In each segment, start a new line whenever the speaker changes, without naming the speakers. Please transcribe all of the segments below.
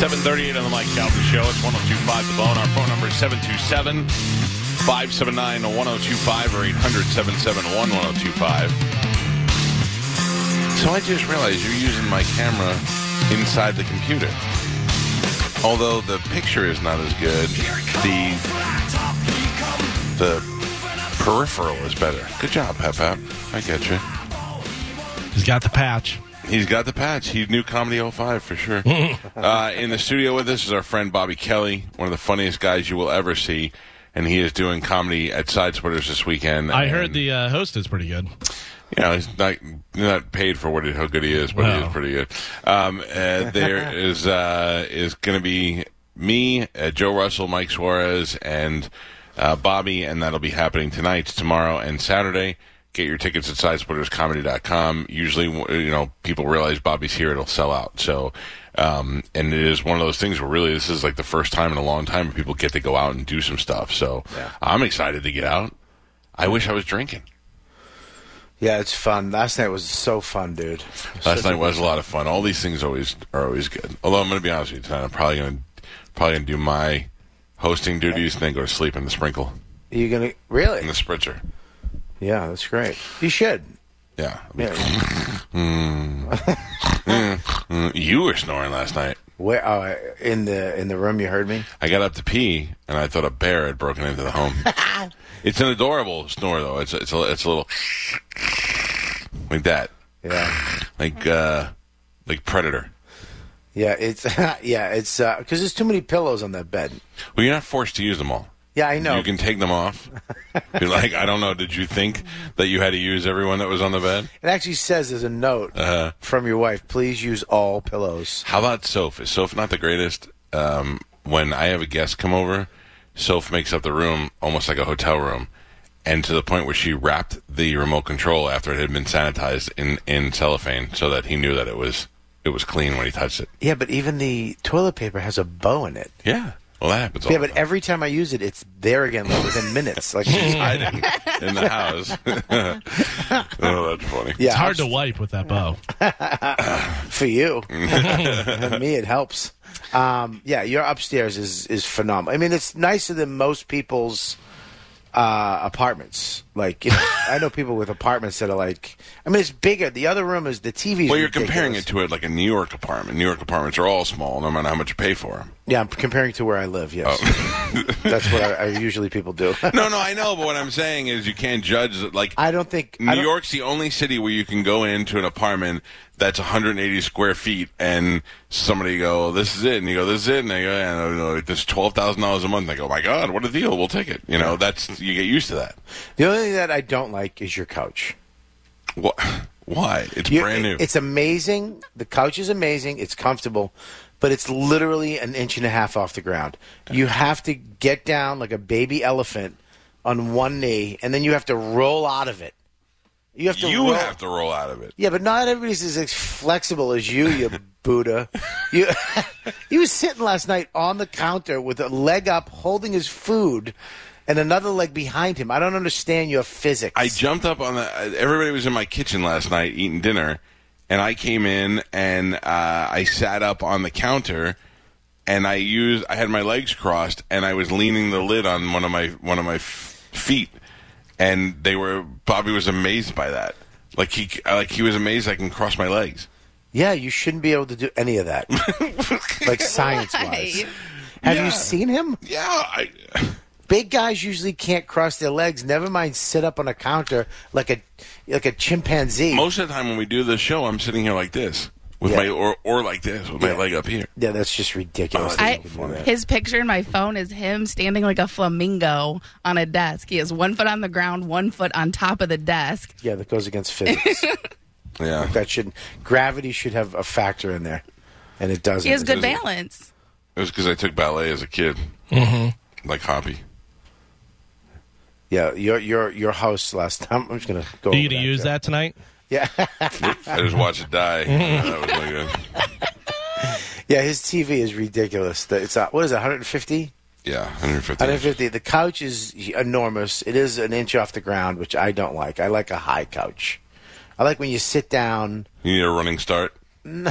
738 on the Mike Calvin Show. It's 1025 The Bone. Our phone number is 727 579 1025 or 800 771 1025. So I just realized you're using my camera inside the computer. Although the picture is not as good, the the peripheral is better. Good job, Pep Pep. I get you.
He's got the patch.
He's got the patch. He knew Comedy 05 for sure. uh, in the studio with us is our friend Bobby Kelly, one of the funniest guys you will ever see. And he is doing comedy at Side Splitters this weekend.
I
And,
heard the uh, host is pretty good.
You know, he's not, not paid for what he- how good he is, but he
No.
is pretty good. Um, uh, there is uh, is going to be me, uh, Joe Russell, Mike Suarez, and uh, Bobby, and that'll be happening tonight, tomorrow, and Saturday. Get your tickets at sidesplitterscomedy.com. Usually, w- you know, people realize Bobby's here, it'll sell out. So, um, and it is one of those things where really this is like the first time in a long time where people get to go out and do some stuff. So, I'm excited to get out. I wish I was drinking.
Yeah, it's fun. Last night was so fun, dude.
Last night was a lot of fun. All these things always are always good. Although I'm going to be honest with you, tonight I'm probably going to probably going to do my hosting duties and then go to sleep in the sprinkle
Are you gonna
in
really?
the spritzer.
Yeah, that's great. You should.
Yeah, I'll be-
Yeah.
Mm, you were snoring last night.
Where uh, in the in the room you heard me?
I got up to pee and I thought a bear had broken into the home. it's an adorable snore though. It's a, it's a, it's a little like that,
Yeah.
like uh, like predator.
Yeah, it's yeah, it's because there's too many pillows on that bed.
Well, you're not forced to use them all.
Yeah, I know.
You can take them off. You're like, I don't know. Did you think that you had to use everyone that was on the bed?
It actually says there's a note from your wife. Please use all pillows.
How about Soph? Is Soph not the greatest? Um, when I have a guest come over, Soph makes up the room almost like a hotel room, and to the point where she wrapped the remote control after it had been sanitized in, in cellophane so that he knew that it was it was clean when he touched it.
Yeah, but even the toilet paper has a bow in it.
Yeah, well that happens. All
Yeah, but
the time.
every time I use it, it's there again like, within minutes. Like, yeah,
hiding in the house. oh, that's funny.
It's hard to wipe with that bow.
for you. For me, it helps. Um, yeah, your upstairs is is phenomenal. I mean, it's nicer than most people's uh, apartments. Like, you know, I know people with apartments that are like. I mean, it's bigger. The other room is the TV.
Well, you're comparing it to it like a New York apartment. New York apartments are all small, no matter how much you pay for them.
Yeah, I'm comparing to where I live. Yes, that's what I, I usually people do.
Oh. No, no, I know, but what I'm saying is you can't judge like
I don't think I
New
don't-
York's the only city where you can go into an apartment that's 180 square feet, and somebody go, "This is it," and you go, "This is it," and they go, "Yeah, no, no, this twelve thousand dollars a month." They go, "Oh "My God, what a deal! We'll take it." You know, that's you get used to that.
The only thing that I don't like is your couch.
What? Why? It's
You-
brand new.
It's amazing. The couch is amazing. It's comfortable, but it's literally an inch and a half off the ground. You have to get down like a baby elephant on one knee, and then you have to roll out of it. You have to.
you
roll.
have to roll out of it.
Yeah, but not everybody's as ex- flexible as you, you Buddha. You, he was sitting last night on the counter with a leg up, holding his food, and another leg behind him. I don't understand your physics.
I jumped up on the. Everybody was in my kitchen last night eating dinner, and I came in and uh, I sat up on the counter, and I used. I had my legs crossed, and I was leaning the lid on one of my one of my f- feet, and they were. Bobby was amazed by that. Like he like he was amazed I can cross my legs.
Yeah, you shouldn't be able to do any of that. like science wise. Have
Yeah.
you seen him?
Yeah, I.
Big guys usually can't cross their legs, never mind sit up on a counter like a like a chimpanzee.
Most of the time when we do this show, I'm sitting here like this with
Yeah.
my or or like this with my
Yeah.
leg up here.
yeah, that's just ridiculous.
I,
that you can do that.
his picture in my phone is him standing like a flamingo on a desk. He has one foot on the ground, one foot on top of the desk.
yeah, that goes against physics.
Yeah.
that should gravity should have a factor in there. And it doesn't.
He has good
It doesn't.
balance.
It was because I took ballet as a kid, like hobby.
Yeah, your your your house last time. I'm just gonna go.
Are you
over
going to use
yeah.
that tonight?
I just watched it die. that was really good.
Yeah, his TV is ridiculous. The- It's uh, what is it, 150?
Yeah, 150.
150. The couch is enormous. It is an inch off the ground, which I don't like. I like a high couch. I like when you sit down.
You need a running start.
No,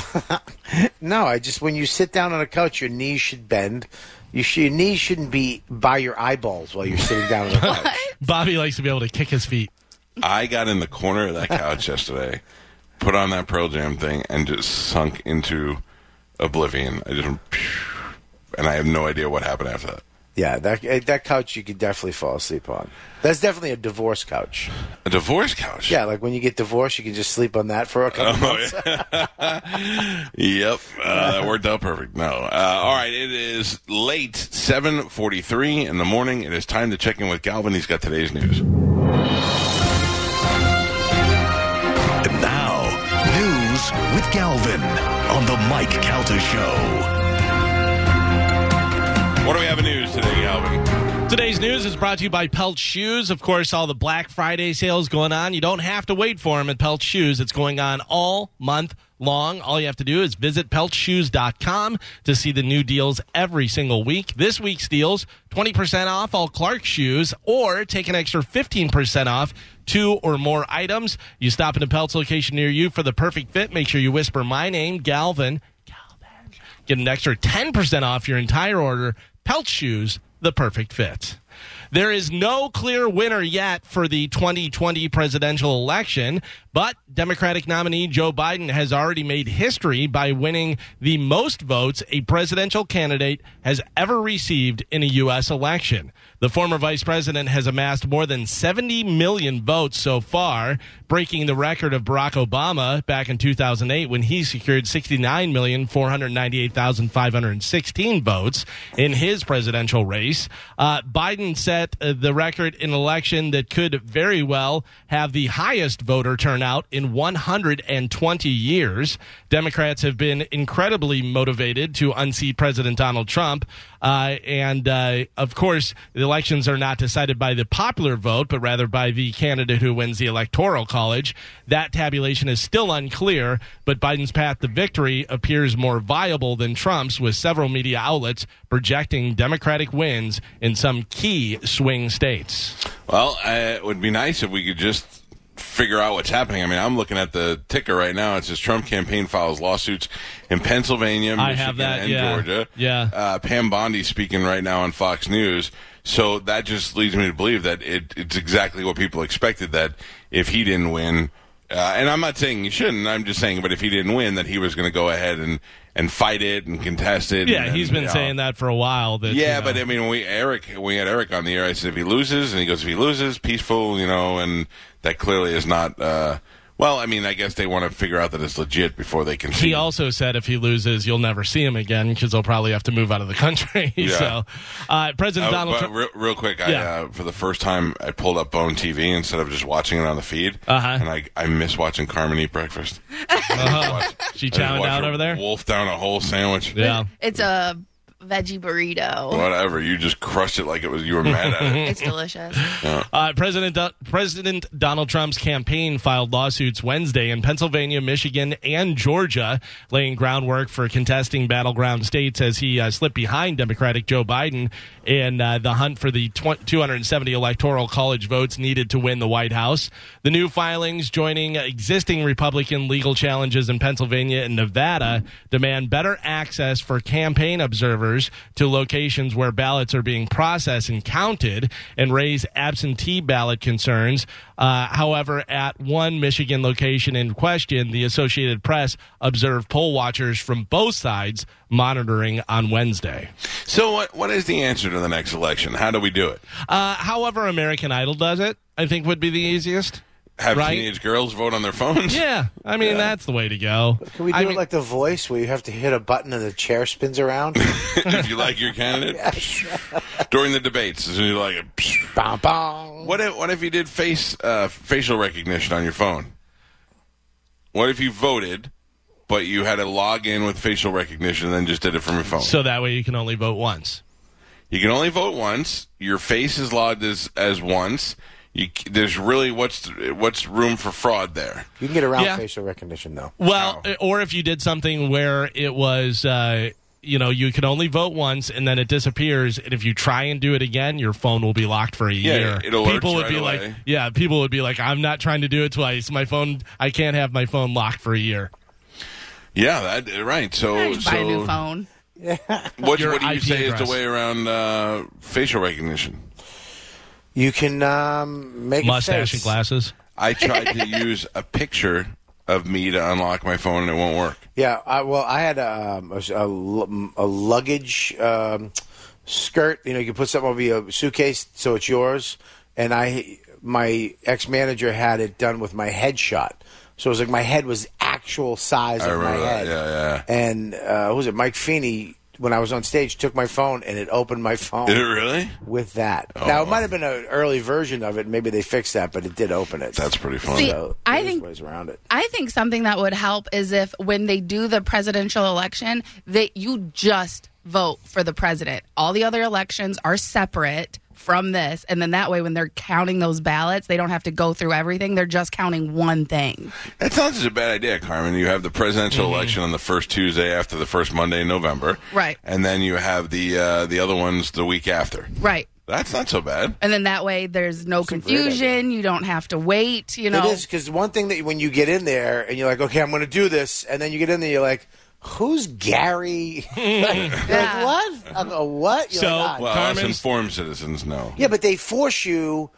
I just when you sit down on a couch, your knees should bend. You sh- your knees shouldn't be by your eyeballs while you're sitting down on a couch.
Bobby likes to be able to kick his feet.
I got in the corner of that couch yesterday, put on that Pearl Jam thing, and just sunk into oblivion. I just, and I have no idea what happened after that.
yeah, that eh, that couch you could definitely fall asleep on. That's definitely a divorce couch.
A divorce couch.
Yeah, like when you get divorced, you can just sleep on that for a
Uh,
couple.
Oh, yeah. yep, uh, that worked out perfect. No, uh, all right. It is late, seven forty-three in the morning. It is time to check in with Galvin. He's got today's news.
And now, news with Galvin on the Mike Calter Show.
What do we have in news today, Galvin?
Today's news is brought to you by Pelt Shoes. Of course, all the Black Friday sales going on. You don't have to wait for them at Pelt Shoes. It's going on all month long. All you have to do is visit peltshoes.com to see the new deals every single week. This week's deals 20% off all Clark shoes or take an extra 15% off two or more items. You stop in a Pelt's location near you for the perfect fit. Make sure you whisper my name, Galvin. Galvin. Get an extra 10% off your entire order. Pelt shoes, the perfect fit. There is no clear winner yet for the 2020 presidential election, but Democratic nominee Joe Biden has already made history by winning the most votes a presidential candidate has ever received in a U.S. election. The former vice president has amassed more than 70 million votes so far, breaking the record of Barack Obama back in 2008 when he secured 69,498,516 votes in his presidential race. Uh, Biden set uh, the record in an election that could very well have the highest voter turnout in 120 years. Democrats have been incredibly motivated to unseat President Donald Trump. Uh, and uh, of course, the elections are not decided by the popular vote, but rather by the candidate who wins the Electoral College. That tabulation is still unclear, but Biden's path to victory appears more viable than Trump's, with several media outlets projecting Democratic wins in some key swing states.
Well, uh, it would be nice if we could just figure out what's happening. I mean, I'm looking at the ticker right now. It says Trump campaign files lawsuits in Pennsylvania, Michigan,
I have that,
and
yeah.
Georgia.
Yeah.
Uh, Pam Bondi speaking right now on Fox News. So that just leads me to believe that it, it's exactly what people expected. That if he didn't win, uh, and I'm not saying he shouldn't. I'm just saying, but if he didn't win, that he was going to go ahead and and fight it and contest it.
Yeah,
and-
he's been
yeah.
saying that for a while. That,
Yeah,
you know-
but I mean, when we Eric, when we had Eric on the air. I said if he loses, and he goes, if he loses, peaceful, you know, and that clearly is not. Uh, well, I mean, I guess they want to figure out that it's legit before they can.
He also said if he loses, you'll never see him again because they'll probably have to move out of the country.
Yeah.
So, uh, President
Oh,
Donald
but
Trump.
real, real quick,
Yeah.
I, uh, for the first time, I pulled up Bone TV instead of just watching it on the feed,
Uh-huh.
and I I miss watching Carmen eat breakfast. uh
She chowed out over there.
Wolf down a whole sandwich.
Yeah.
It's a veggie burrito.
Whatever, you just crushed it like it was you were mad at it.
It's delicious.
Uh, President Do- President Donald Trump's campaign filed lawsuits Wednesday in Pennsylvania, Michigan, and Georgia, laying groundwork for contesting battleground states as he uh, slipped behind Democratic Joe Biden in uh, the hunt for the tw- 270 electoral college votes needed to win the White House. The new filings, joining existing Republican legal challenges in Pennsylvania and Nevada, demand better access for campaign observers to locations where ballots are being processed and counted and raise absentee ballot concerns. Uh, however, at one Michigan location in question, the Associated Press observed poll watchers from both sides monitoring on Wednesday.
So what what is the answer to the next election? How do we do it?
Uh, however, American Idol does it, I think would be the easiest.
Have
Right.
teenage girls vote on their phones?
Yeah, I mean, that's the way to go.
Can we do
I
it
mean-
like The Voice, where you have to hit a button and the chair spins around?
if you like your candidate during the debates, as soon as you like it.
bong, bong.
What if what if you did face uh, facial recognition on your phone? What if you voted, but you had to log in with facial recognition and then just did it from your phone?
So that way you can only vote once.
you can only vote once. Your face is logged as as once. You, c- there's really what's what's room for fraud there.
You can get around
Yeah.
facial recognition, though.
Well, or if you did something where it was, uh, you know, you can only vote once and then it disappears. And if you try and do it again, your phone will be locked for a year.
it alerts
people would
right
be
away.
like, yeah, people would be like, I'm not trying to do it twice. My phone, I can't have my phone locked for a year.
Yeah, that, right.
I
So,
Oh,
just
so
buy a new phone.
what,
Your
what do you
IP
say is
address.
the way around uh, facial recognition?
You can um, make a
Mustache
face.
and glasses.
I tried to use a picture of me to unlock my phone and it won't work.
Yeah, I, well, I had a, um, a, s- a lu- a luggage um, skirt. You know, you can put something over your suitcase so it's yours. And I, my ex manager had it done with my headshot. So it was like my head was actual size
I
of my
remember that.
head.
Yeah,
And uh, who was it? Mike Feeney, when I was on stage, took my phone and it opened my phone
Did it Oh, really?
with that. Now, it might have been an early version of it. Maybe they fixed that, but it did open it.
That's pretty fun.
See,
So
I
there's
think-
ways around it.
I think something that would help is if when they do the presidential election, that you just vote for the president. All the other elections are separate from this, and then that way, when they're counting those ballots, they don't have to go through everything. They're just counting one thing.
That sounds as a bad idea, Carmen. You have the presidential
Mm-hmm.
election on the first Tuesday after the first Monday in November,
Right.
And then you have the uh, the other ones the week after.
Right.
That's not so bad.
Uh,
And then that way, there's no
great
confusion. You don't have to wait. You know,
It is because one thing that when you get in there and you're like, okay, I'm going to do this, and then you get in there, you're like, who's Gary? like,
Yeah.
what? I go, what? You're
So,
like, "Ah,
Well, us
Carmen's-
informed citizens know.
yeah, but they force you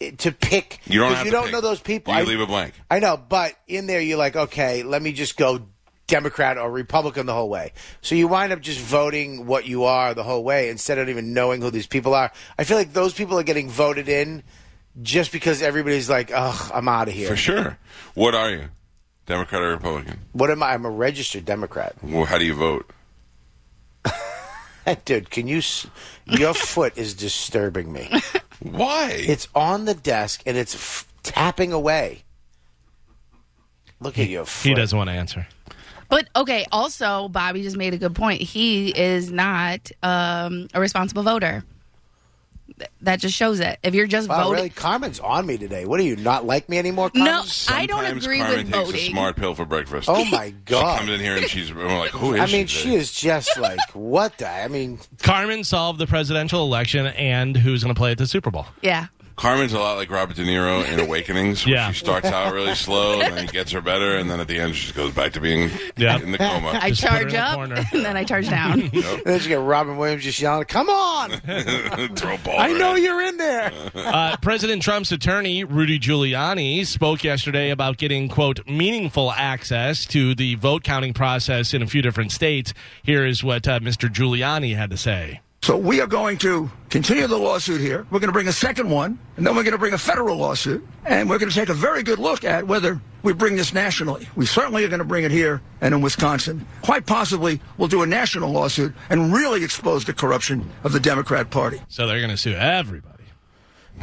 eh, to pick.
You don't
'cause
have
you
to
don't
pick.
know those people.
You
I,
leave a blank.
I know, but in there, you're like, okay, let me just go Democrat or Republican the whole way. So you wind up just voting what you are the whole way instead of even knowing who these people are. I feel like those people are getting voted in just because everybody's like, ugh, I'm out of here.
For sure. What are you? Democrat or Republican?
What am I? I'm a registered Democrat.
Well, how do you vote?
Dude, can you? s- Your foot is disturbing me.
Why?
It's on the desk and it's f- tapping away. Look at your foot.
He doesn't want to answer.
But okay, also Bobby just made a good point. He is not um, a responsible voter. Th- That just shows it. If you're just
Wow,
voting,
really? Carmen's on me today. What are you not like me anymore? Carmen?
no, I don't
Sometimes
agree
Carmen
with
takes
voting.
a smart pill for breakfast.
Oh my
She comes
god.
in here and she's we're like, who is
I mean,
today?
she is just like what the. I mean,
Carmen solved the presidential election and who's going to play at the Super Bowl.
yeah,
Carmen's a lot like Robert De Niro in Awakenings. where
Yeah.
She starts out really slow and then gets her better, and then at the end she just goes back to being
Yeah.
in the coma.
I
Just put her in
charge
the
up
corner.
and then I charge down.
and then you get Robin Williams just yelling, "Come on!
Throw a ball
I know
around.
you're in there."
Uh, President Trump's attorney, Rudy Giuliani, spoke yesterday about getting, quote, meaningful access to the vote counting process in a few different states. Here is what uh, Mr. Giuliani had to say.
So we are going to continue the lawsuit here. We're going to bring a second one, and then we're going to bring a federal lawsuit, and we're going to take a very good look at whether we bring this nationally. We certainly are going to bring it here and in Wisconsin. Quite possibly, we'll do a national lawsuit and really expose the corruption of the Democrat Party.
So they're going to sue everybody.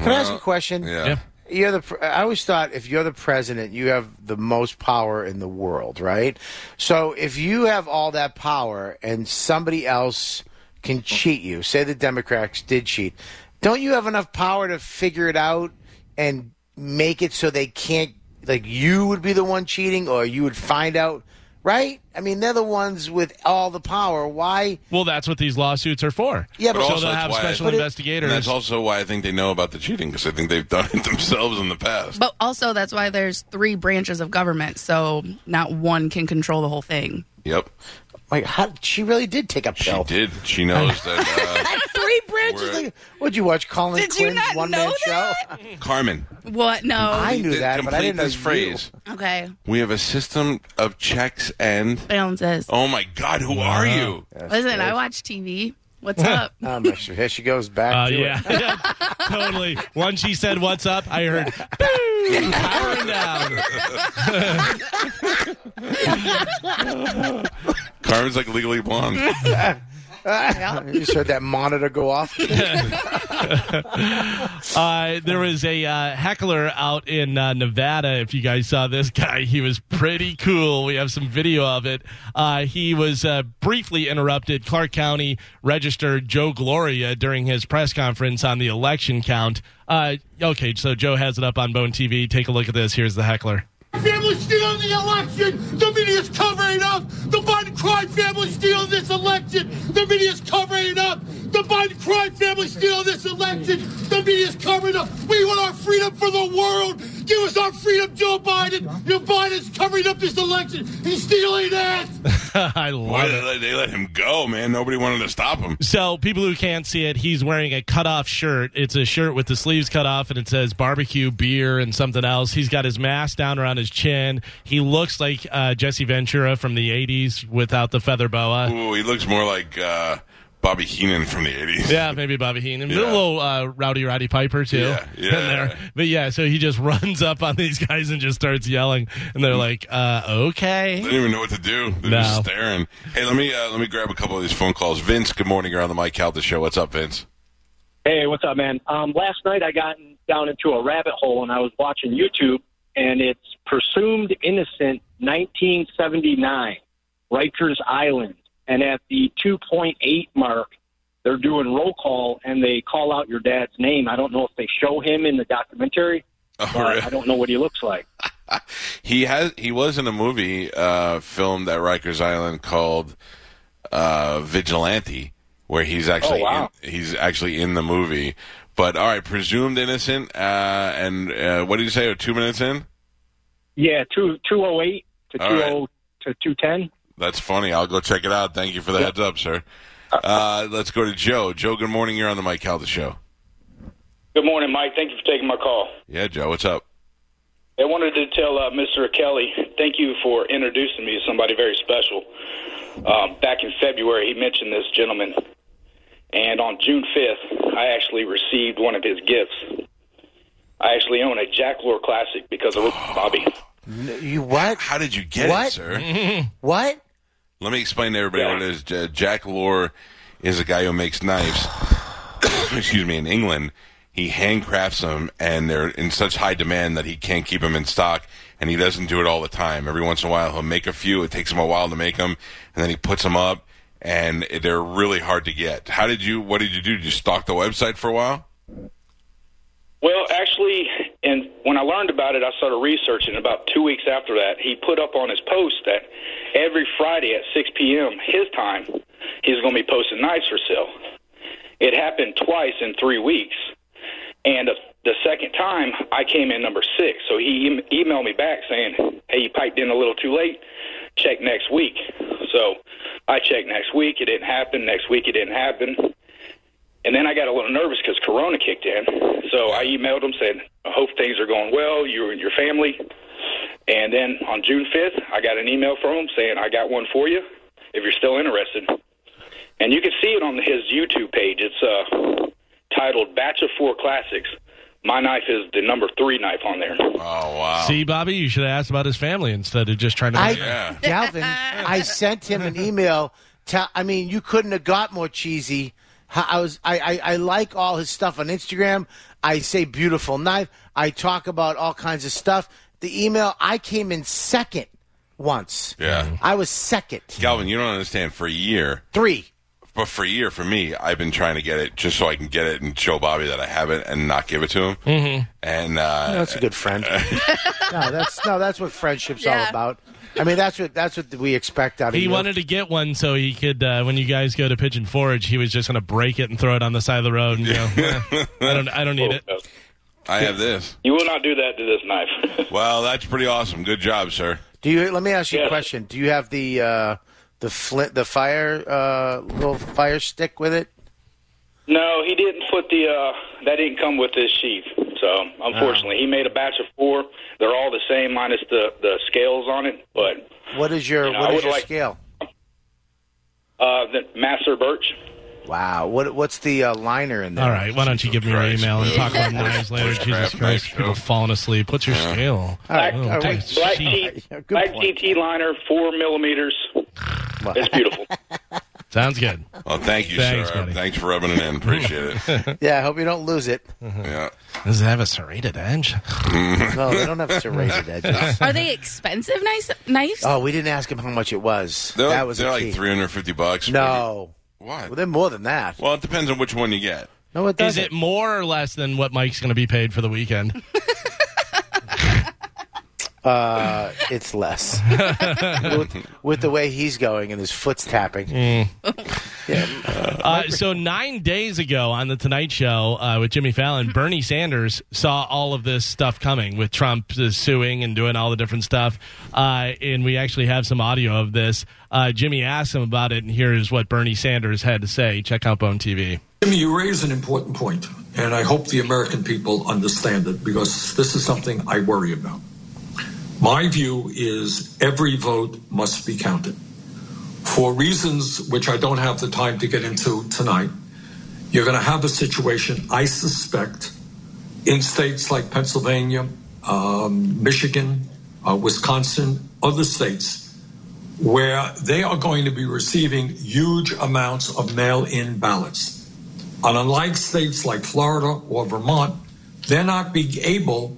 Can I ask a question?
Yeah.
Yeah.
You're the. Pre- I always thought if you're the president, you have the most power in the world, right? So if you have all that power and somebody else can cheat you, say the Democrats did cheat, don't you have enough power to figure it out and make it so they can't? Like you would be the one cheating, or you would find out, right? I mean, they're the ones with all the power. Why?
Well, that's what these lawsuits are for.
Yeah, but
But
So
also
they'll
that's
have
why I-
special
but it-
investigators. Uh,
And that's also why I think they know about the cheating because I think they've done it themselves in the past.
But also that's why there's three branches of government, so not one can control the whole thing.
yep,
Like, how, she really did take a
she
pill.
did. She knows that.
Three branches.
Word.
Like, what'd you watch? Colin
Did you
Quinn's
not
one
know
man show.
that?
Uh, Carmen,
What? No.
I knew
th-
that,
complete
but I didn't know
this
you.
phrase.
okay.
We have a system of checks and.
Balances.
Oh my God, who are you?
Listen, I watch TV. What's up?
Oh, my, sh- here she goes back.
Uh,
to
yeah,
It.
yeah, totally. Once she said, "What's up?" I heard, "Boo!" powering down.
Carmen's like legally blonde.
Yeah.
You just heard that monitor go off.
Uh, there was a uh, heckler out in uh, Nevada. If you guys saw this guy, he was pretty cool. We have some video of it. Uh, he was uh, briefly interrupted Clark County Register Joe Gloria during his press conference on the election count. Uh, okay, so Joe has it up on Bone TV. Take a look at this. Here's the heckler.
Family stealing the election. The media's covering it up. The Biden crime family stealing this election. The media's covering it up. The Biden crime family stealing this election. The media's covering it up. We want our freedom for the world. Give us our freedom, Joe Biden. Joe Biden's covering. covering up this election. He's stealing ass.
I
Why
love
did
it.
they, let- they let him go, man? Nobody wanted to stop him.
So, people who can't see it, he's wearing a cut off shirt. It's a shirt with the sleeves cut off, and it says barbecue, beer, and something else. He's got his mask down around his chin. He looks like uh, Jesse Ventura from the 80s without the feather boa.
Ooh, he looks more like uh, Bobby Heenan from the '80s.
Yeah, maybe Bobby Heenan.
Yeah.
A little uh, Rowdy Roddy Piper, too.
Yeah,
in
yeah.
there. But yeah, so he just runs up on these guys and just starts yelling. And they're like, uh,
They
okay.
didn't even know what to do. They're
No.
just staring. Hey, let me uh, let me grab a couple of these phone calls. Vince, good morning. You're on the Mike Calta show. What's up, Vince?
Hey, what's up, man? Um, last night I got in- down into a rabbit hole and I was watching YouTube, and it's Presumed Innocent 1979, Rikers Island. And at the 2.8 mark, they're doing roll call and they call out your dad's name. I don't know if they show him in the documentary,
Oh,
but I
really?
don't know what he looks like.
He has he was in a movie uh, filmed at Rikers Island called uh, Vigilante, where he's actually
Oh, wow.
in, he's actually in the movie. But all right, presumed innocent. Uh, and uh, what did you say? Two minutes in.
Yeah, two, 208 to,
All
20,
right.
to 210.
That's funny. I'll go check it out. Thank you for the heads up, sir. Uh, let's go to Joe. Joe, good morning. You're on the Mike Calda show.
Good morning, Mike. Thank you for taking my call.
Yeah, Joe, what's up?
I wanted to tell uh, Mr. Kelly, thank you for introducing me to somebody very special. Um, back in February, he mentioned this gentleman. And on June 5th, I actually received one of his gifts. I actually own a Jack Lure Classic because of Bobby.
You what?
How did you get it,
What?
sir?
What?
Let me explain to everybody what it is. J- Jack Lore is a guy who makes knives. excuse me, in England, he handcrafts them, and they're in such high demand that he can't keep them in stock. And he doesn't do it all the time. Every once in a while, he'll make a few. It takes him a while to make them, and then he puts them up, and they're really hard to get. How did you? What did you do? Did you stalk the website for a while?
Well, actually, and when I learned about it, I started researching. About two weeks after that, he put up on his post that every Friday at 6 p.m. his time, he's going to be posting knives for sale. It happened twice in three weeks, and the- the second time I came in number six. So he em- emailed me back saying, "Hey, you piped in a little too late. Check next week." So I checked next week. It didn't happen. Next week, it didn't happen. And then I got a little nervous because Corona kicked in. So I emailed him, said, I hope things are going well, you and your family. And then on June 5th, I got an email from him saying, I got one for you if you're still interested. And you can see it on his YouTube page. It's uh, titled Batch of Four Classics. My knife is the number three knife on there.
Oh wow!
See, Bobby, you should have asked about his family instead of just trying to.
I,
Yeah.
Galvin, I sent him an email. Tell, I mean, you couldn't have got more cheesy. How- I was, I, I, I like all his stuff on Instagram. I say beautiful knife. I talk about all kinds of stuff. The email, I came in second once.
Yeah.
I was second,
Galvin, you don't understand. For a year,
three.
but for a year, for me, I've been trying to get it just so I can get it and show Bobby that I have it and not give it to him. Mm-hmm. And uh,
No, that's a good friend. no, that's no, that's what friendship's all
Yeah.
about. I mean, that's what that's what we expect out of
He
you.
wanted to get one so he could, uh, when you guys go to Pigeon Forge, he was just going to break it and throw it on the side of the road and go, "Eh, I don't, I don't need it.
I have this.
You will not do that to this knife.
Well, that's pretty awesome. Good job, sir.
Do you? Let me ask you a
Yeah.
question. Do you have the uh, the flint, the fire, uh, little fire stick with it?
No, he didn't put the. Uh, that didn't come with his sheath. So unfortunately, he made a batch of four. They're all the same minus the the scales on it. But
What is your
Yeah, I
what is
would
your
like-
scale?
uh, the Master Birch.
Wow. What what's the uh, liner in there?
All right, why don't you give me your
Christ.
email and talk about knives later? Oh, Jesus
Bushcraft
Christ,
knife
people
show.
falling asleep. What's your scale?
Black,
All right.
black,
Jeez.
black, T,
Yeah, good
black
point.
TT liner, four millimeters. It's beautiful.
Sounds good.
Well, thank you,
Thanks,
sir.
buddy.
Thanks for rubbing it in. Appreciate it.
Yeah. I hope you don't lose it.
Yeah.
Does it have a serrated edge? Hmm.
No, they don't have serrated edges.
Are they expensive knives? knives?
Oh, we didn't ask him how much it was.
They're,
that was
they're
the
like
key.
350 bucks.
No.
What?
Well, they're more than that.
Well, it depends on which one you get.
No, it
Is
doesn't.
it more or less than what Mike's going to be paid for the weekend?
Uh, it's
Hmm.
less. with, with the way he's going and his foot's tapping.
Uh, so nine days ago on the Tonight Show uh, with Jimmy Fallon, Bernie Sanders saw all of this stuff coming with Trump uh, suing and doing all the different stuff. Uh, and we actually have some audio of this. Uh, Jimmy asked him about it, and here is what Bernie Sanders had to say. Check out Bone TV.
Jimmy, you raise an important point, and I hope the American people understand it because this is something I worry about. My view is every vote must be counted. For reasons which I don't have the time to get into tonight, you're going to have a situation, I suspect, in states like Pennsylvania, um, Michigan, uh, Wisconsin, other states, where they are going to be receiving huge amounts of mail in ballots. And unlike states like Florida or Vermont, they're not being able,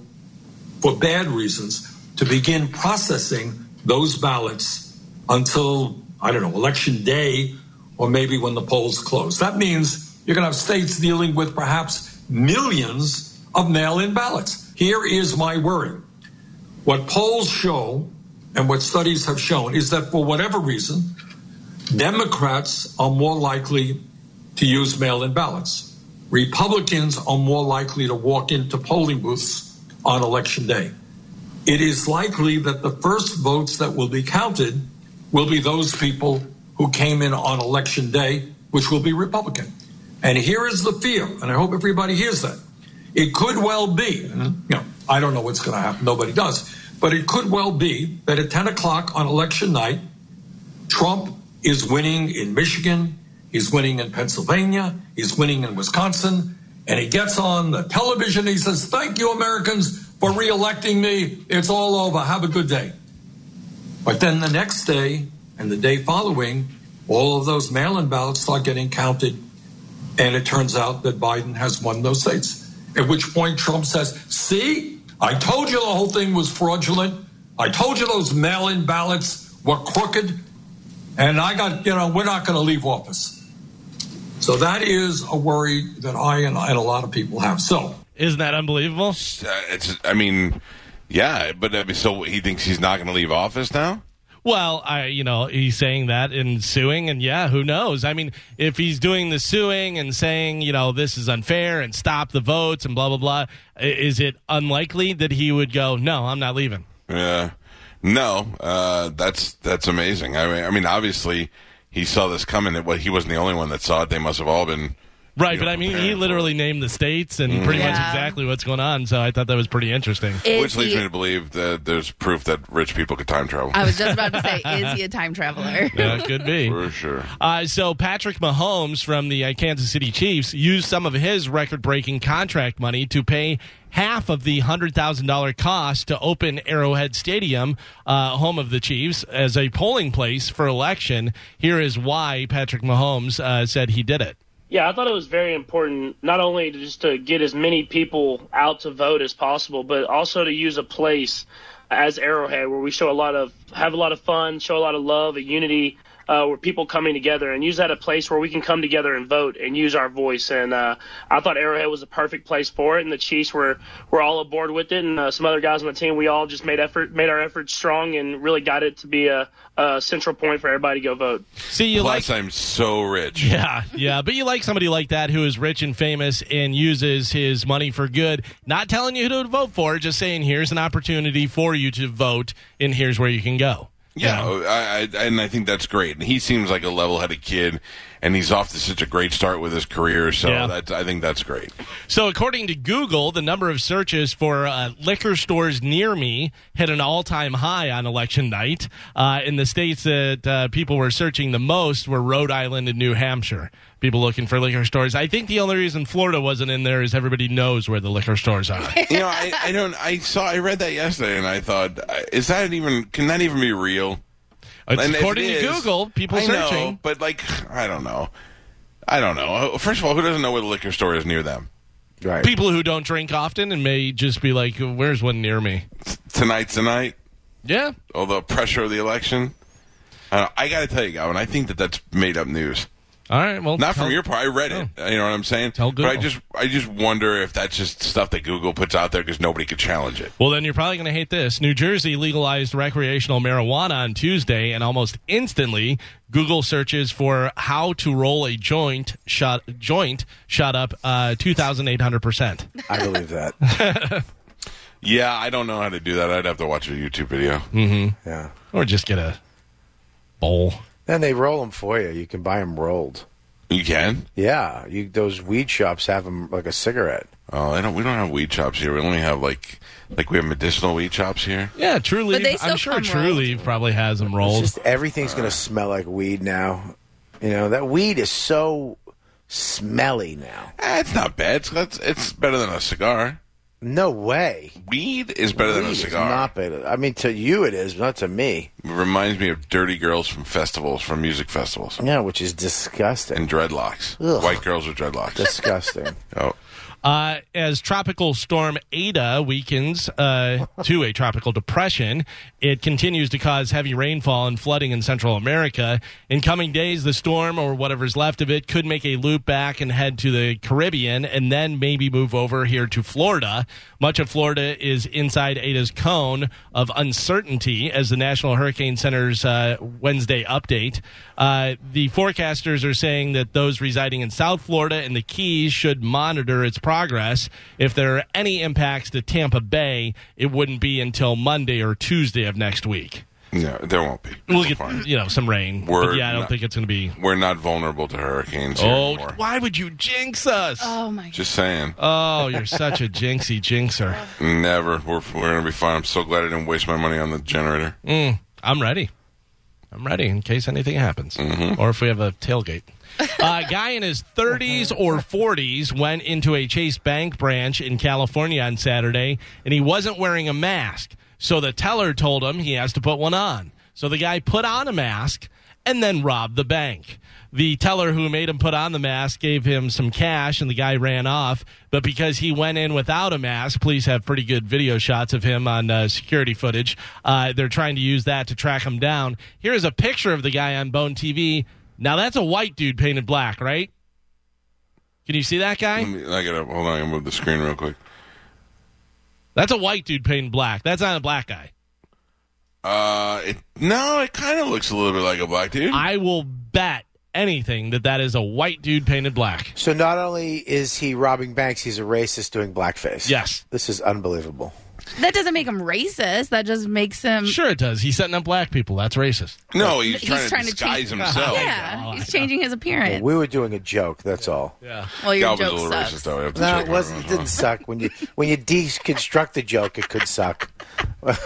for bad reasons, to begin processing those ballots until, I don't know, election day or maybe when the polls close. That means you're going to have states dealing with perhaps millions of mail in ballots. Here is my worry. What polls show and what studies have shown is that for whatever reason, Democrats are more likely to use mail in ballots. Republicans are more likely to walk into polling booths on election day. It is likely that the first votes that will be counted will be those people who came in on election day, which will be Republican. And here is the fear, and I hope everybody hears that. It could well be, and, you know, I don't know what's going to happen, nobody does, but it could well be that at 10 o'clock on election night, Trump is winning in Michigan, He's winning in Pennsylvania. He's winning in Wisconsin. And he gets on the television. He says, Thank you, Americans, for reelecting me. It's all over. Have a good day. But then the next day and the day following, all of those mail in ballots start getting counted. And it turns out that Biden has won those states. At which point Trump says, See, I told you the whole thing was fraudulent. I told you those mail in ballots were crooked. And I got, you know, we're not going to leave office. So that is a worry that I and, and a lot of people have. So
Isn't that unbelievable?
Uh, it's, I mean, yeah, but I mean, so he thinks he's not going to leave office now.
Well, I you know he's saying that and suing, and yeah, who knows? I mean, if he's doing the suing and saying you know this is unfair and stop the votes and blah blah blah, i- is it unlikely that he would go? No, I'm not leaving.
Yeah, no, uh, that's that's amazing. I mean, I mean, obviously he saw this coming. It, well, he wasn't the only one that saw it. They must have all been
Right,
you
but
know,
I mean,
preparing
he
for it.
literally named the states and pretty much
Yeah.
exactly what's going on. So I thought that was pretty interesting.
Is
Which leads
he-
me to believe that there's proof that rich people could time travel.
I was just about to say, is he a time traveler?
Yeah, could be.
for sure.
Uh, so Patrick Mahomes from the uh, Kansas City Chiefs used some of his record-breaking contract money to pay half of the hundred thousand dollar cost to open Arrowhead Stadium, uh, home of the Chiefs, as a polling place for election. Here is why Patrick Mahomes uh, said he did it.
Yeah, I thought it was very important not only to just to get as many people out to vote as possible, but also to use a place as Arrowhead where we show a lot of have a lot of fun, show a lot of love, a unity, uh, where people coming together and use that a place where we can come together and vote and use our voice. And uh, I thought Arrowhead was the perfect place for it, and the Chiefs were were all aboard with it, and uh, some other guys on the team. We all just made effort, made our efforts strong, and really got it to be a, a central point for everybody to go vote.
See, you like
Plus, I'm so rich.
Yeah, yeah, but you like somebody like that who is rich and famous and uses his money for good. Not telling you who to vote for, just saying here's an opportunity for you to vote, and here's where you can go.
Yeah, I, I, and I think that's great. And he seems like a level-headed kid, and he's off to such a great start with his career. So
Yeah.
that's, I think that's great.
So, according to Google, the number of searches for uh, liquor stores near me hit an all time high on election night. Uh, in the states that uh, people were searching the most were Rhode Island and New Hampshire. People looking for liquor stores. I think the only reason Florida wasn't in there is everybody knows where the liquor stores are.
You know, I, I don't. I saw. I read that yesterday, and I thought, uh, is that even? Can that even be real?
It's
And if
according
it
to
is-
Google, people
I know,
searching.
but like, I don't know. I don't know. First of all, who doesn't know where the liquor store is near them?
Right.
people who don't drink often and may just be like, "Where's one near me?"
Tonight's the night.
Yeah,
All the pressure of the election. I, don't know. I got to tell you, Gavin, I think that that's made up news.
All right. Well,
Not
tell- Oh.
from your part. I read it. You know what I'm saying?
Tell
But I
Google.
just, I just wonder if that's just stuff that Google puts out there because nobody could challenge it.
Well, then you're probably going to hate this. New Jersey legalized recreational marijuana on Tuesday, and almost instantly, Google searches for how to roll a joint shot joint shot up uh, two thousand eight hundred percent.
I believe that.
Yeah, I don't know how to do that. I'd have to watch a YouTube video.
Hmm.
Yeah.
Or just get a bowl.
Then they roll them for you. You can buy them rolled.
You can?
Yeah, you, those weed shops have them like a cigarette.
Oh, I don't. We don't have weed chops here. We only have like, like we have medicinal weed chops here.
Yeah, True
But they
Leaf.
still
I'm sure
come
True
rolled.
Leaf probably has them rolled.
It's just everything's going to smell like weed now. You know that weed is so smelly now.
Eh, it's not bad. It's, it's it's better than a cigar.
No way.
Weed is better than
Weed
a
is
cigar.
not better. I mean, to you it is, but not to me.
It reminds me of dirty girls from festivals, from music festivals,
Yeah, which is disgusting.
and dreadlocks.
Ugh.
White girls with dreadlocks.
disgusting.
Oh,
Uh, as tropical storm Ada weakens uh, to a tropical depression, it continues to cause heavy rainfall and flooding in Central America. In coming days, the storm or whatever's left of it could make a loop back and head to the Caribbean and then maybe move over here to Florida. Much of Florida is inside Ada's cone of uncertainty as the National Hurricane Center's uh, Wednesday update. Uh, the forecasters are saying that those residing in South Florida and the Keys should monitor its progress. If there are any impacts to Tampa Bay, it wouldn't be until Monday or Tuesday of next week.
no, there won't be.
We'll get
Fine.
you know some rain. But
We're
yeah, I don't
not-
think it's going to be.
We're not vulnerable to hurricanes here
Oh,
anymore.
why would you jinx us?
Oh my
Just saying.
Oh, you're such a jinxy jinxer.
Never. We're we're gonna be fine. I'm so glad I didn't waste my money on the generator.
I'm ready. I'm ready in case anything happens, or if we have a tailgate. a guy in his 30s or 40s went into a Chase Bank branch in California on Saturday, and he wasn't wearing a mask. So the teller told him he has to put one on. So the guy put on a mask and then robbed the bank. The teller who made him put on the mask gave him some cash, and the guy ran off. But because he went in without a mask, police have pretty good video shots of him on uh, security footage. Uh, they're trying to use that to track him down. Here's a picture of the guy on Bone TV. Now that's a white dude painted black, right? Can you see that guy?
Let me- I gotta hold on. I gotta move the screen real quick.
That's a white dude painted black. That's not a black guy.
Uh, it, no, it kind of looks a little bit like a black dude.
I will bet anything that that is a white dude painted black.
so not only is he robbing banks, he's a racist doing blackface.
Yes.
This is unbelievable.
That doesn't make him racist. That just makes him.
Sure, it does. He's setting up black people. That's racist.
no, he's,
He's
trying, to
trying to
disguise
change- Uh-huh.
himself.
Yeah,
know, I
he's changing his appearance.
We were doing a joke. That's all.
Well, your
Galvin's a
joke
little racist
sucks.
though. We have to
No,
check
it
on
wasn't. It
everyone's-
didn't suck when you when you deconstruct the joke. It could suck.
Well,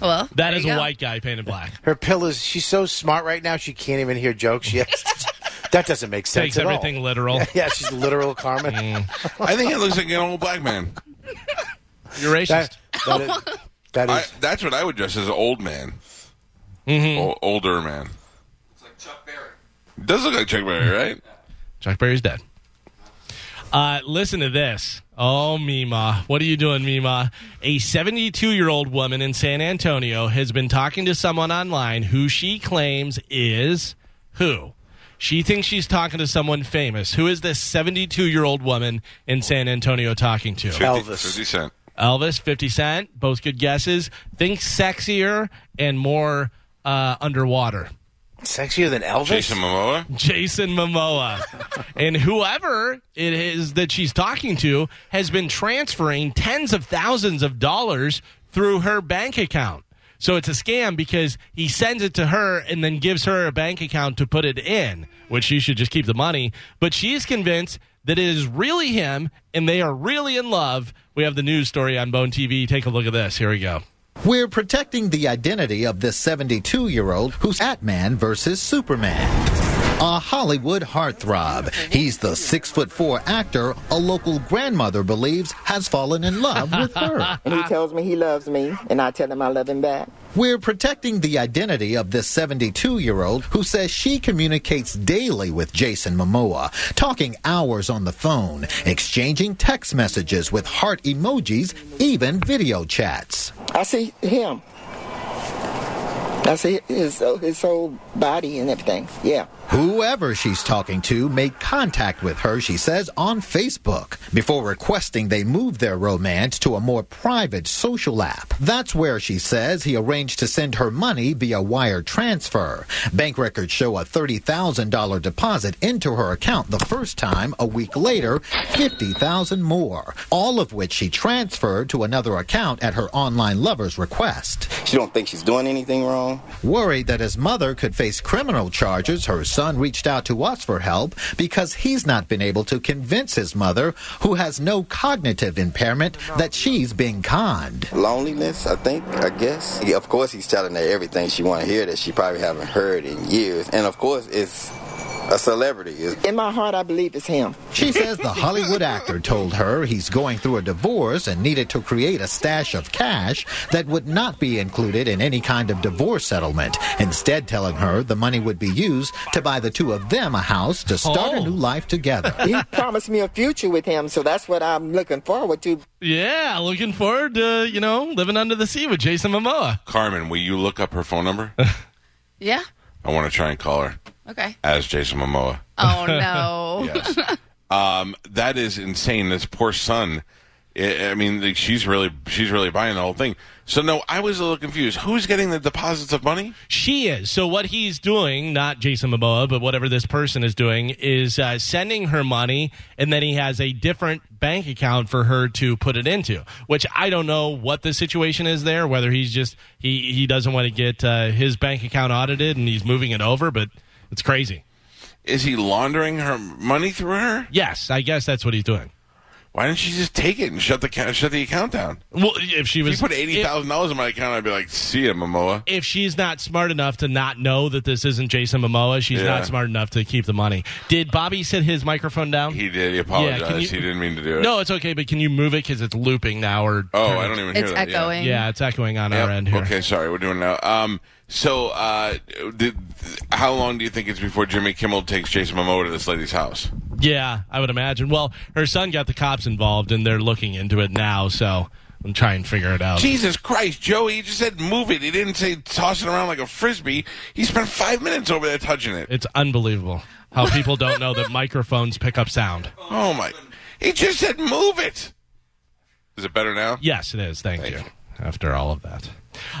That
there
is
you
a
go.
white guy painted black.
Her pillars. She's so smart right now. She can't even hear jokes. She has to- that doesn't make sense
Takes
at all.
everything literal.
Yeah, she's literal Carmen.
I think it looks like an old black man.
You're racist.
That, that is, that
I,
is-
that's what I would dress as an old man, O- older man. It does look like Chuck Berry, right?
Chuck Berry's dead. Uh, listen to this. Oh, Mima. What are you doing, Mima? A 72 year old woman in San Antonio has been talking to someone online who she claims is who? She thinks she's talking to someone famous. Who is this 72 year old woman in San Antonio talking to?
Elvis.
50 Cent.
Elvis, 50 Cent, both good guesses. Think sexier and more uh, underwater.
sexier than Elvis.
Jason Momoa.
Jason Momoa. and whoever it is that she's talking to has been transferring tens of thousands of dollars through her bank account. So it's a scam because he sends it to her and then gives her a bank account to put it in, which she should just keep the money. But she's convinced that it is really him and they are really in love. We have the news story on Bone TV. Take a look at this. Here we go.
We're protecting the identity of this 72 year old who's Atman versus Superman. A Hollywood heartthrob. He's the six foot four actor a local grandmother believes has fallen in love with her.
And he tells me he loves me, and I tell him I love him back.
We're protecting the identity of this 72 year old who says she communicates daily with Jason Momoa, talking hours on the phone, exchanging text messages with heart emojis, even video chats.
I see him. That's his his, his whole body and everything. Yeah.
Whoever she's talking to made contact with her, she says, on Facebook before requesting they move their romance to a more private social app. That's where she says he arranged to send her money via wire transfer. Bank records show a $30,000 deposit into her account the first time. A week later, 50,000 more, all of which she transferred to another account at her online lover's request.
She don't think she's doing anything wrong.
Worried that his mother could face criminal charges, her son reached out to us for help because he's not been able to convince his mother, who has no cognitive impairment, that she's being conned.
Loneliness, I think, I guess. Yeah, Of course, he's telling her everything she want to hear that she probably haven't heard in years. And of course, it's a celebrity. It's
In my heart, I believe it's him.
She says the Hollywood actor told her he's going through a divorce and needed to create a stash of cash that would not be included in any kind of divorce settlement, instead, telling her the money would be used to buy the two of them a house to start
Oh.
a new life together.
You promised me a future with him, so that's what I'm looking forward to.
Yeah, looking forward to, you know, living under the sea with Jason Momoa.
Carmen, will you look up her phone number?
Yeah.
I want to try and call her
Okay.
as Jason Momoa.
Oh no.
Um, that is insane. This poor son. I I mean, like, she's really she's really buying the whole thing. So no, I was a little confused. Who's getting the deposits of money?
She is. So what he's doing, not Jason Momoa, but whatever this person is doing, is uh, sending her money, and then he has a different bank account for her to put it into. Which I don't know what the situation is there. Whether he's just he he doesn't want to get uh, his bank account audited, and he's moving it over. But it's crazy.
Is he laundering her money through her?
Yes, I guess that's what he's doing.
Why didn't she just take it and shut the ca- shut the account down?
Well, if she
If
was
you put eighty thousand dollars in my account, I'd be like, "See ya, Momoa."
if she's not smart enough to not know that this isn't Jason Momoa, she's
Yeah.
not smart enough to keep the money. Did Bobby set his microphone down?
He did. He
can
apologized.
you-
he didn't mean to do it.
no, it's okay, but can you move it because it's looping now? Or
Oh,
turn
I
it-
don't even hear It's that, yeah. echoing.
Yeah, it's echoing on
Yep.
our end here.
Okay, sorry, we're doing it now. Um, so, uh, did, how long do you think it's before Jimmy Kimmel takes Jason Momoa to this lady's house?
Yeah, I would imagine. Well, her son got the cops involved, and they're looking into it now. So I'm trying to figure it out.
Jesus Christ, Joey! He just said move it. He didn't say toss it around like a frisbee. He spent five minutes over there touching it.
It's unbelievable how people don't know that microphones pick up sound.
Oh my! He just said move it. Is it better now?
Yes, it is. Thank, you. After all of that.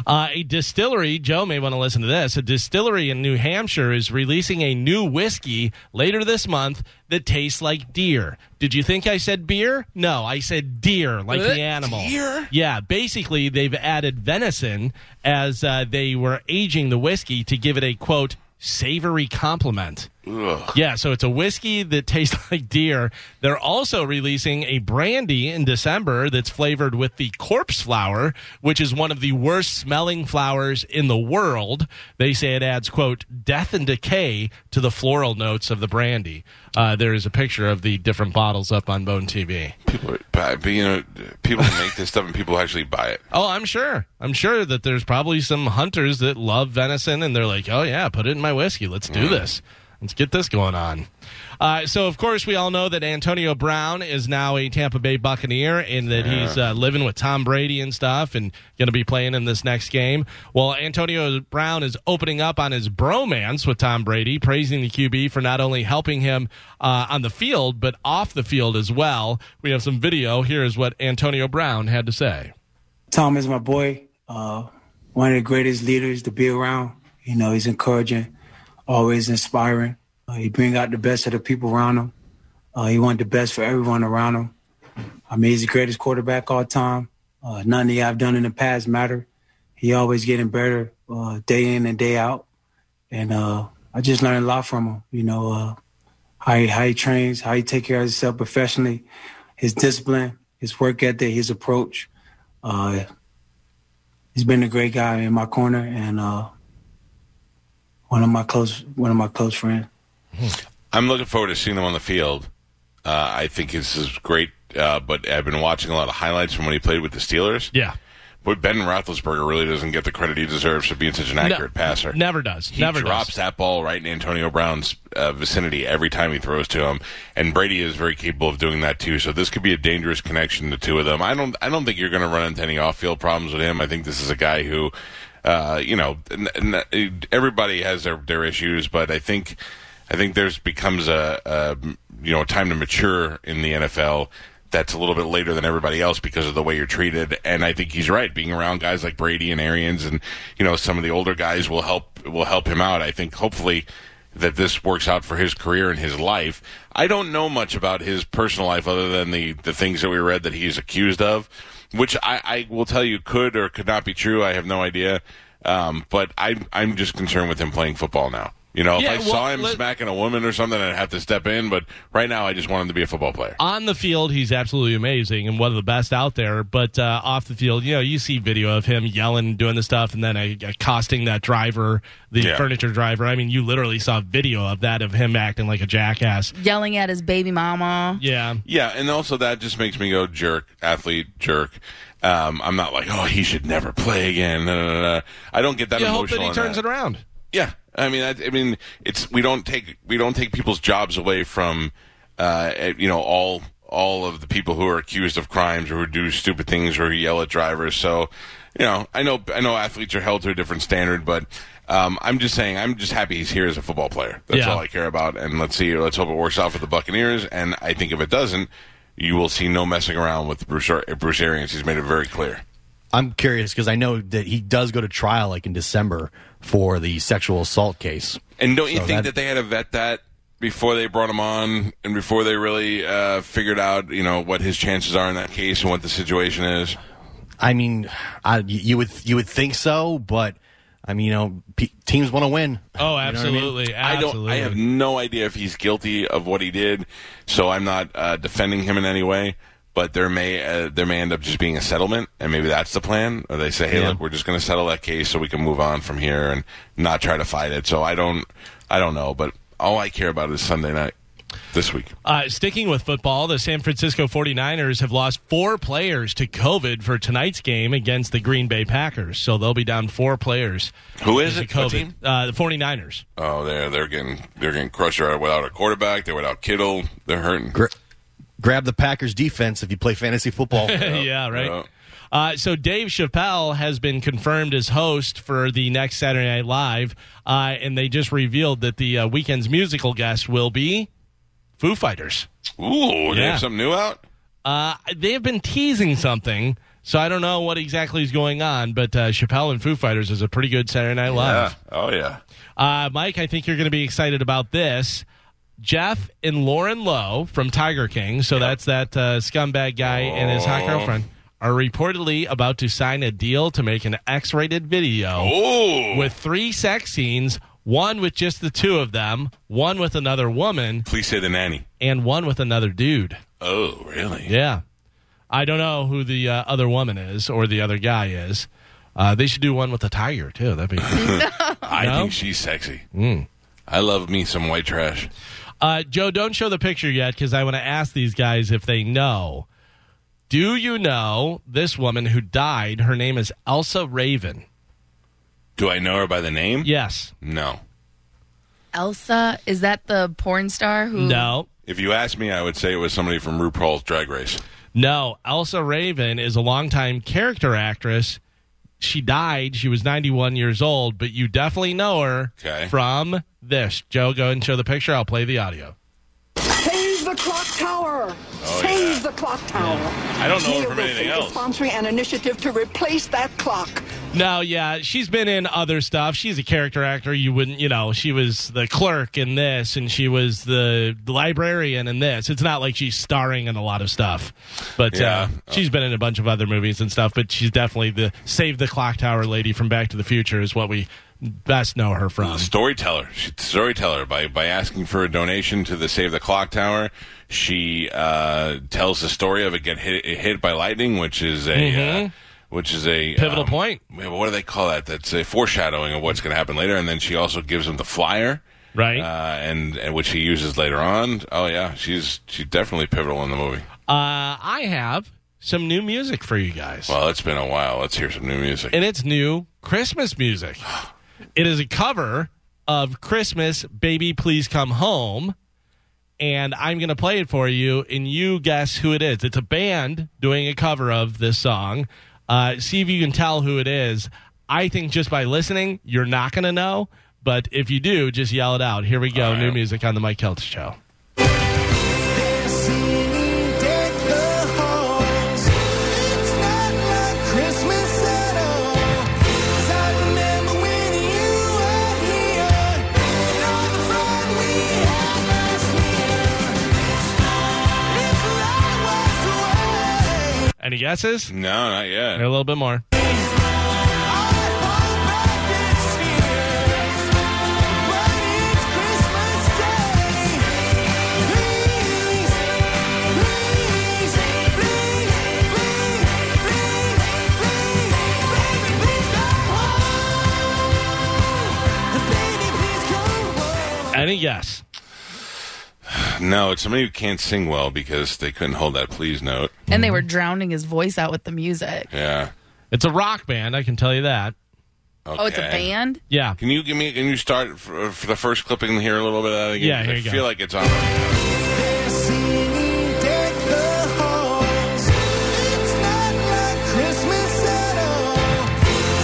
Uh, a distillery, Joe may want to listen to this. A distillery in New Hampshire is releasing a new whiskey later this month that tastes like deer. Did you think I said beer? No, I said deer, like
Uh,
the animal.
deer?
Yeah, basically, they've added venison as uh, they were aging the whiskey to give it a quote, savory compliment.
Ugh.
Yeah, so it's a whiskey that tastes like deer. They're also releasing a brandy in December that's flavored with the corpse flower, which is one of the worst smelling flowers in the world. They say it adds, quote, death and decay to the floral notes of the brandy. Uh, there is a picture of the different bottles up on Bone TV.
People, are- but, you know, people make this stuff and people actually buy it.
Oh, I'm sure. I'm sure that there's probably some hunters that love venison and they're like, oh, yeah, put it in my whiskey. Let's
Mm.
do this. Let's get this going on. Uh, so, of course, we all know that Antonio Brown is now a Tampa Bay Buccaneer and that
Yeah.
he's uh, living with Tom Brady and stuff and going to be playing in this next game. Well, Antonio Brown is opening up on his bromance with Tom Brady, praising the QB for not only helping him uh, on the field, but off the field as well. We have some video. Here is what Antonio Brown had to say.
Tom is my boy. Uh, one of the greatest leaders to be around. You know, he's encouraging, always inspiring. Uh, he bring out the best of the people around him. Uh, he want the best for everyone around him. I mean, he's the greatest quarterback all time. Uh, nothing that I've done in the past matter. He always getting better uh, day in and day out. And uh, I just learned a lot from him. You know, uh, how he, how he trains, how he take care of himself professionally, his discipline, his work ethic, his approach. Uh, he's been a great guy in my corner and uh, one of my close one of my close friends.
I'm looking forward to seeing him on the field. Uh, I think this is great, uh, but I've been watching a lot of highlights from when he played with the Steelers.
Yeah.
But Ben Roethlisberger really doesn't get the credit he deserves for being such an
No,
accurate passer.
Never does.
He
never
drops
does.
that ball right in Antonio Brown's uh, vicinity every time he throws to him, and Brady is very capable of doing that too. So this could be a dangerous connection, the two of them. I don't, I don't think you're going to run into any off-field problems with him. I think this is a guy who. uh, you know, n- n- everybody has their, their issues, but I think I think there's becomes a, a you know a time to mature in the NFL that's a little bit later than everybody else because of the way you're treated. And I think he's right. Being around guys like Brady and Arians and you know some of the older guys will help will help him out. I think hopefully that this works out for his career and his life. I don't know much about his personal life other than the the things that we read that he's accused of, which I, I will tell you could or could not be true. I have no idea. Um, but I'm I'm just concerned with him playing football now. You know,
Yeah,
if I
well,
saw him
let-
smacking a woman or something, I'd have to step in. But right now, I just want him to be a football player.
on the field, he's absolutely amazing and one of the best out there. But uh, off the field, you know, you see video of him yelling, doing the stuff, and then uh, accosting that driver, the
Yeah.
furniture driver. I mean, you literally saw video of that of him acting like a jackass.
Yelling at his baby mama.
Yeah.
Yeah, and also that just makes me go jerk, athlete, jerk. Um, I'm not like, oh, he should never play again. No, no, no, no. I don't get that
you
emotional.
hope that he
in
turns
that.
it around.
Yeah, I mean, I, I mean, it's we don't take we don't take people's jobs away from, uh, eh, you know, all all of the people who are accused of crimes or who do stupid things or who yell at drivers. So, you know, I know I know athletes are held to a different standard, but um, I'm just saying I'm just happy he's here as a football player. That's
Yeah.
all I care about. And let's see, let's hope it works out for the Buccaneers. And I think if it doesn't, you will see no messing around with Bruce, Ar- Bruce Arians. He's made it very clear.
I'm curious because I know that he does go to trial like in December for the sexual assault case.
And don't you
So
think that, they had to vet that before they brought him on and before they really uh, figured out, you know, what his chances are in that case and what the situation is?
I mean, I, you would you would think so, but I mean, you know, pe teams want to win.
Oh,
You know what I mean?
absolutely.
I don't. I have no idea if he's guilty of what he did, so I'm not uh, defending him in any way. But there may uh, there may end up just being a settlement, and maybe that's the plan. Or they say, hey,
Yeah.
look, we're just going to settle that case so we can move on from here and not try to fight it. So I don't. I don't know, but all I care about is Sunday night this week.
Uh, sticking with football, the San Francisco 49ers have lost four players to COVID for tonight's game against the Green Bay Packers. So they'll be down four players.
Who is
due
it?
to
What
COVID.
team?
Uh, the 49ers.
Oh, they're they're getting they're getting crushed They're without a quarterback. They're without Kittle. They're hurting.
Grab the Packers defense if you play fantasy football.
Oh.
yeah, right. Uh, so Dave Chappelle has been confirmed as host for the next Saturday Night Live, uh, and they just revealed that the uh, weekend's musical guest will be Foo Fighters.
Ooh, they have something new out.
Uh, they have been teasing something, so I don't know what exactly is going on. But uh, Chappelle and Foo Fighters is a pretty good Saturday Night Live.
Yeah. Oh yeah.
Uh, Mike, I think you're going to be excited about this. Jeff and Lauren Lowe from Tiger King, so that's that uh, scumbag guy and his hot
Oh.
girlfriend, are reportedly about to sign a deal to make an X rated video
Oh.
with three sex scenes one with just the two of them, one with another woman,
Please say the nanny.
and one with another dude.
Oh, really?
Yeah. I don't know who the uh, other woman is or the other guy is. Uh, they should do one with a tiger, too. That'd be.
I
No?
think she's sexy. I love me some white trash.
Uh, Joe, don't show the picture yet because I want to ask these guys if they know. Do you know this woman who died? Her name is Elsa Raven.
Do I know her by the name?
Yes.
No.
Elsa, is that the porn star who?
No.
If you asked me, I would say it was somebody from RuPaul's Drag Race.
No. Elsa Raven is a longtime character actress. She died. She was 91 years old, but you definitely know her
Okay.
from this. Joe, go ahead and show the picture. I'll play the audio.
Save the clock tower!
Oh,
Save the
yeah.
clock tower!
I don't know her
Peter
from anything
Wilson is
else.
Sponsoring an initiative to replace that clock.
No, yeah, she's been in other stuff. She's a character actor. You wouldn't, you know, she was the clerk in this, and she was the librarian in this. It's not like she's starring in a lot of stuff, but
Yeah. Oh.
uh, she's been in a bunch of other movies and stuff. But she's definitely the Save the Clock Tower lady from Back to the Future is what we best know her from.
Storyteller. She's a storyteller. By by asking for a donation to the Save the Clock Tower, she uh, tells the story of it get hit, hit by lightning, which is a uh,
Mhm.
which is a
Pivotal
um,
point.
yeah, What do they call that? That's a foreshadowing of what's going to happen later. And then she also gives him the flyer,
Right.
Uh, and and which he uses later on. Oh yeah, she's she's definitely pivotal in the movie.
Uh, I have some new music for you guys.
Well, it's been a while. Let's hear some new music.
and it's new Christmas music. It is a cover of Christmas Baby Please Come Home. And I'm going to play it for you, and you guess who it is. It's a band doing a cover of this song. Uh, see if you can tell who it is. I think just by listening, you're not going to know. But if you do, just yell it out. Here we go. New music on the Mike Kelts Show. Any guesses?
No, not yet.
A little bit more. Any guess?
No, it's somebody who can't sing well because they couldn't hold that please note.
And they were drowning his voice out with the music.
Yeah.
It's a rock band, I can tell you that.
Oh, it's a band?
Yeah.
Can you give me? Can you start uh, for, for the first clipping here a little bit of that again?
Yeah, here
I
you go.
feel like it's on.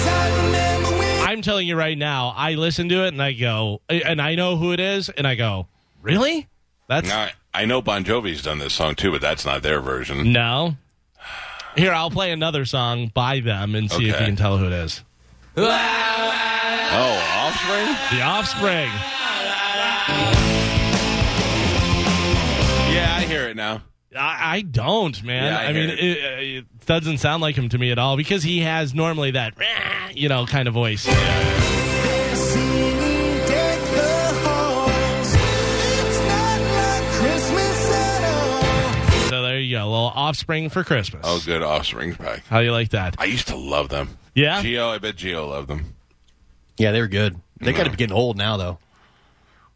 I'm telling you right now, I listen to it and I go, and I know who it is, and I go, really? That's
Now, I know Bon Jovi's done this song too, but that's not their version.
no. Here, I'll play another song by them and see if you
Okay.
can tell who it is.
Oh, Offspring?
The Offspring.
Yeah, I hear it now.
I, I don't, man.
Yeah, I
I, mean,
heard
it, it doesn't sound like him to me at all because he has normally that, "Rah," you know, kind of voice. So there you go, a little Offspring for Christmas.
Oh, good. Offspring's back.
How do you like that?
I used to love them.
Yeah?
Geo, I bet Geo loved them.
Yeah, they were good. They got to be getting old now, though.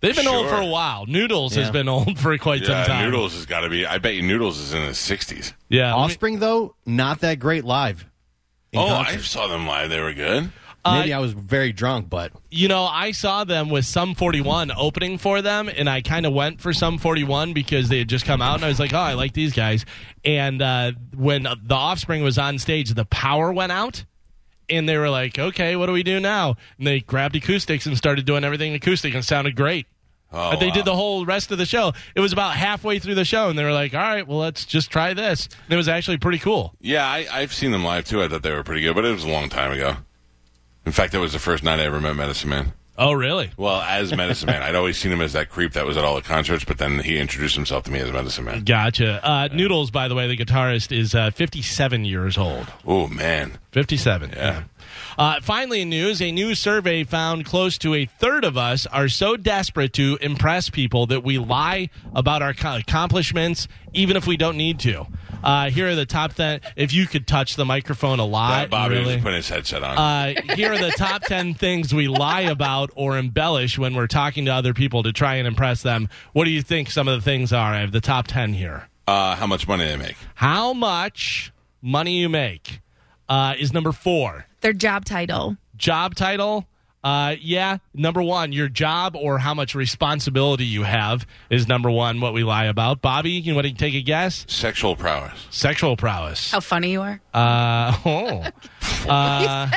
They've been old
Sure.
for a while. Noodles has
Yeah.
been old for quite
yeah,
some time.
Noodles has got to be. I bet you Noodles is in his 60s.
Yeah,
Offspring though, not that great live. in
oh, I
concert.
saw them live. They were good.
Uh,
maybe I was very drunk, but
You know, I saw them with Sum 41 opening for them, and I kind of went for Sum 41 because they had just come out, and I was like, oh, I like these guys. And uh, when uh, the offspring was on stage, the power went out, and they were like, okay, what do we do now? And they grabbed acoustics and started doing everything acoustic, and it sounded great.
Oh,
But they
wow.
did the whole rest of the show. It was about halfway through the show, and they were like, all right, well, let's just try this. And it was actually pretty cool.
Yeah, I, I've seen them live too. I thought they were pretty good, but it was a long time ago. In fact, that was the first night I ever met Medicine Man.
Oh, really?
Well, as Medicine Man, I'd always seen him as that creep that was at all the concerts, but then he introduced himself to me as Medicine Man.
Gotcha. Uh, Noodles, by the way, the guitarist, is uh, 57 years old.
Oh man,
57. Yeah. Uh, finally, in news, a new survey found close to a third of us are so desperate to impress people that we lie about our co- accomplishments, even if we don't need to. Uh, here are the top 10. If you could touch the microphone a lot,
that Bobby
really.
was putting his headset on.
Uh, here are the top 10 things we lie about or embellish when we're talking to other people to try and impress them. What do you think some of the things are? I have the top 10 here.
Uh, how much money they make?
How much money you make uh, is number four.
Their job title.
job title uh yeah number one your job or how much responsibility you have is number one what we lie about bobby you want to take a guess
Sexual prowess.
sexual prowess
How funny you are.
uh oh uh,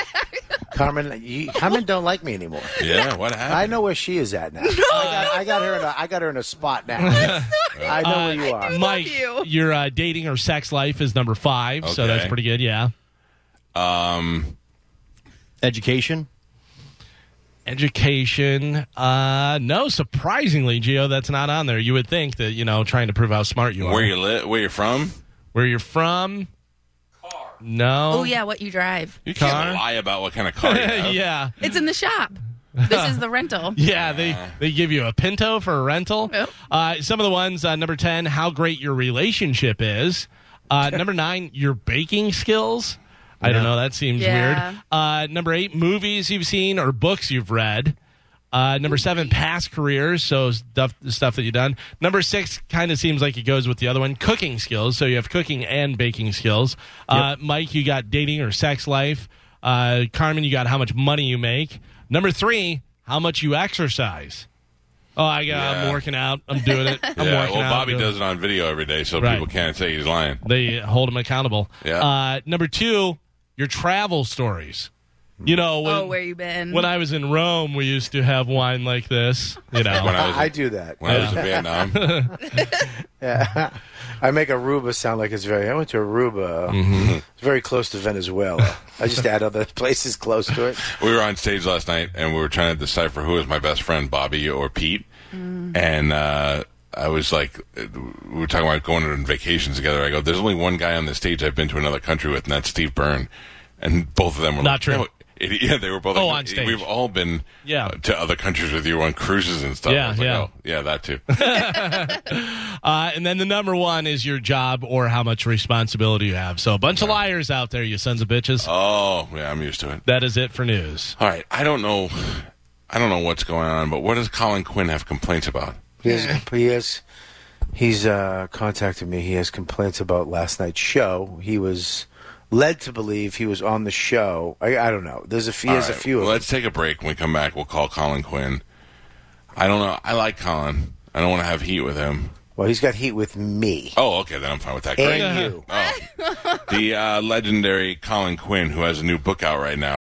Carmen, you, Carmen don't like me anymore.
Yeah, what
I
happened?
know where she is at now. I, got, I got her. In a, I got her in a spot now. I know where
Uh,
you are.
mike your uh, dating or sex life is number five so
Okay.
that's pretty good yeah
um,
education.
education uh no surprisingly geo that's not on there you would think that you know trying to prove how smart you are
where you li- where you're from?
where you're from car no
Oh, yeah, what you drive.
You
Car?
can't lie about what kind of car you have.
yeah
It's in the shop. This is the rental.
Yeah, they, they give you a Pinto for a rental.
Yep.
Uh, some of the ones uh, number ten, how great your relationship is. Uh, number nine, your baking skills. I don't know. That seems
Yeah.
weird. Uh, number eight, movies you've seen or books you've read. Uh, number seven, past careers, so stuff stuff that you've done. Number six, kind of seems like it goes with the other one, cooking skills. So you have cooking and baking skills. Uh, Mike, you got dating or sex life. Uh, Carmen, you got how much money you make. Number three, how much you exercise. Oh, I got.
Yeah.
I'm working out. I'm doing it. I'm
yeah,
working
well,
out.
Bobby
I'm doing
does it on video every day, so
Right.
people can't say he's lying.
They hold him accountable.
Yeah.
Uh, number two, your travel stories. You know, when,
oh, where you been?
when I was in Rome, we used to have wine like this. You know,
When I was in- I do that.
When I was in Vietnam.
Yeah. I make Aruba sound like it's very. I went to Aruba.
Mhm.
It's very close to Venezuela. I just add other places close to it.
we were on stage last night and we were trying to decipher who is my best friend, Bobby or Pete. And uh, I was like, uh, we were talking about going on vacations together. I go, there's only one guy on the stage I've been to another country with, and that's Steve Byrne. And both of them were
Not
like,
true.
"No, it- yeah, they were both.
Oh,
like,
on stage.
We've all been
Yeah.
uh, to other countries with you on cruises and stuff. I
Yeah,
was like,
yeah.
"Oh, yeah, that too.
uh, and then the number one is your job or how much responsibility you have. So a bunch of liars out there, you sons of bitches.
Oh, yeah, I'm used to it.
That is it for news.
All right, I don't know, I don't know what's going on, but what does Colin Quinn have complaints about?
He has, he has he's uh, contacted me. He has complaints about last night's show. He was led to believe he was on the show. I, I don't know. There's a few.
All
There's a
right,
few.
well, let's take a break. When we come back, we'll call Colin Quinn. I don't know. I like Colin. I don't want to have heat with him.
Well, he's got heat with me.
Oh, okay, then I'm fine with that.
And
Great.
you.
Oh. the uh, legendary Colin Quinn, who has a new book out right now.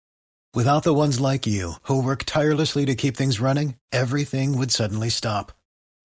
Without the ones like you, who work tirelessly to keep things running, everything would suddenly stop.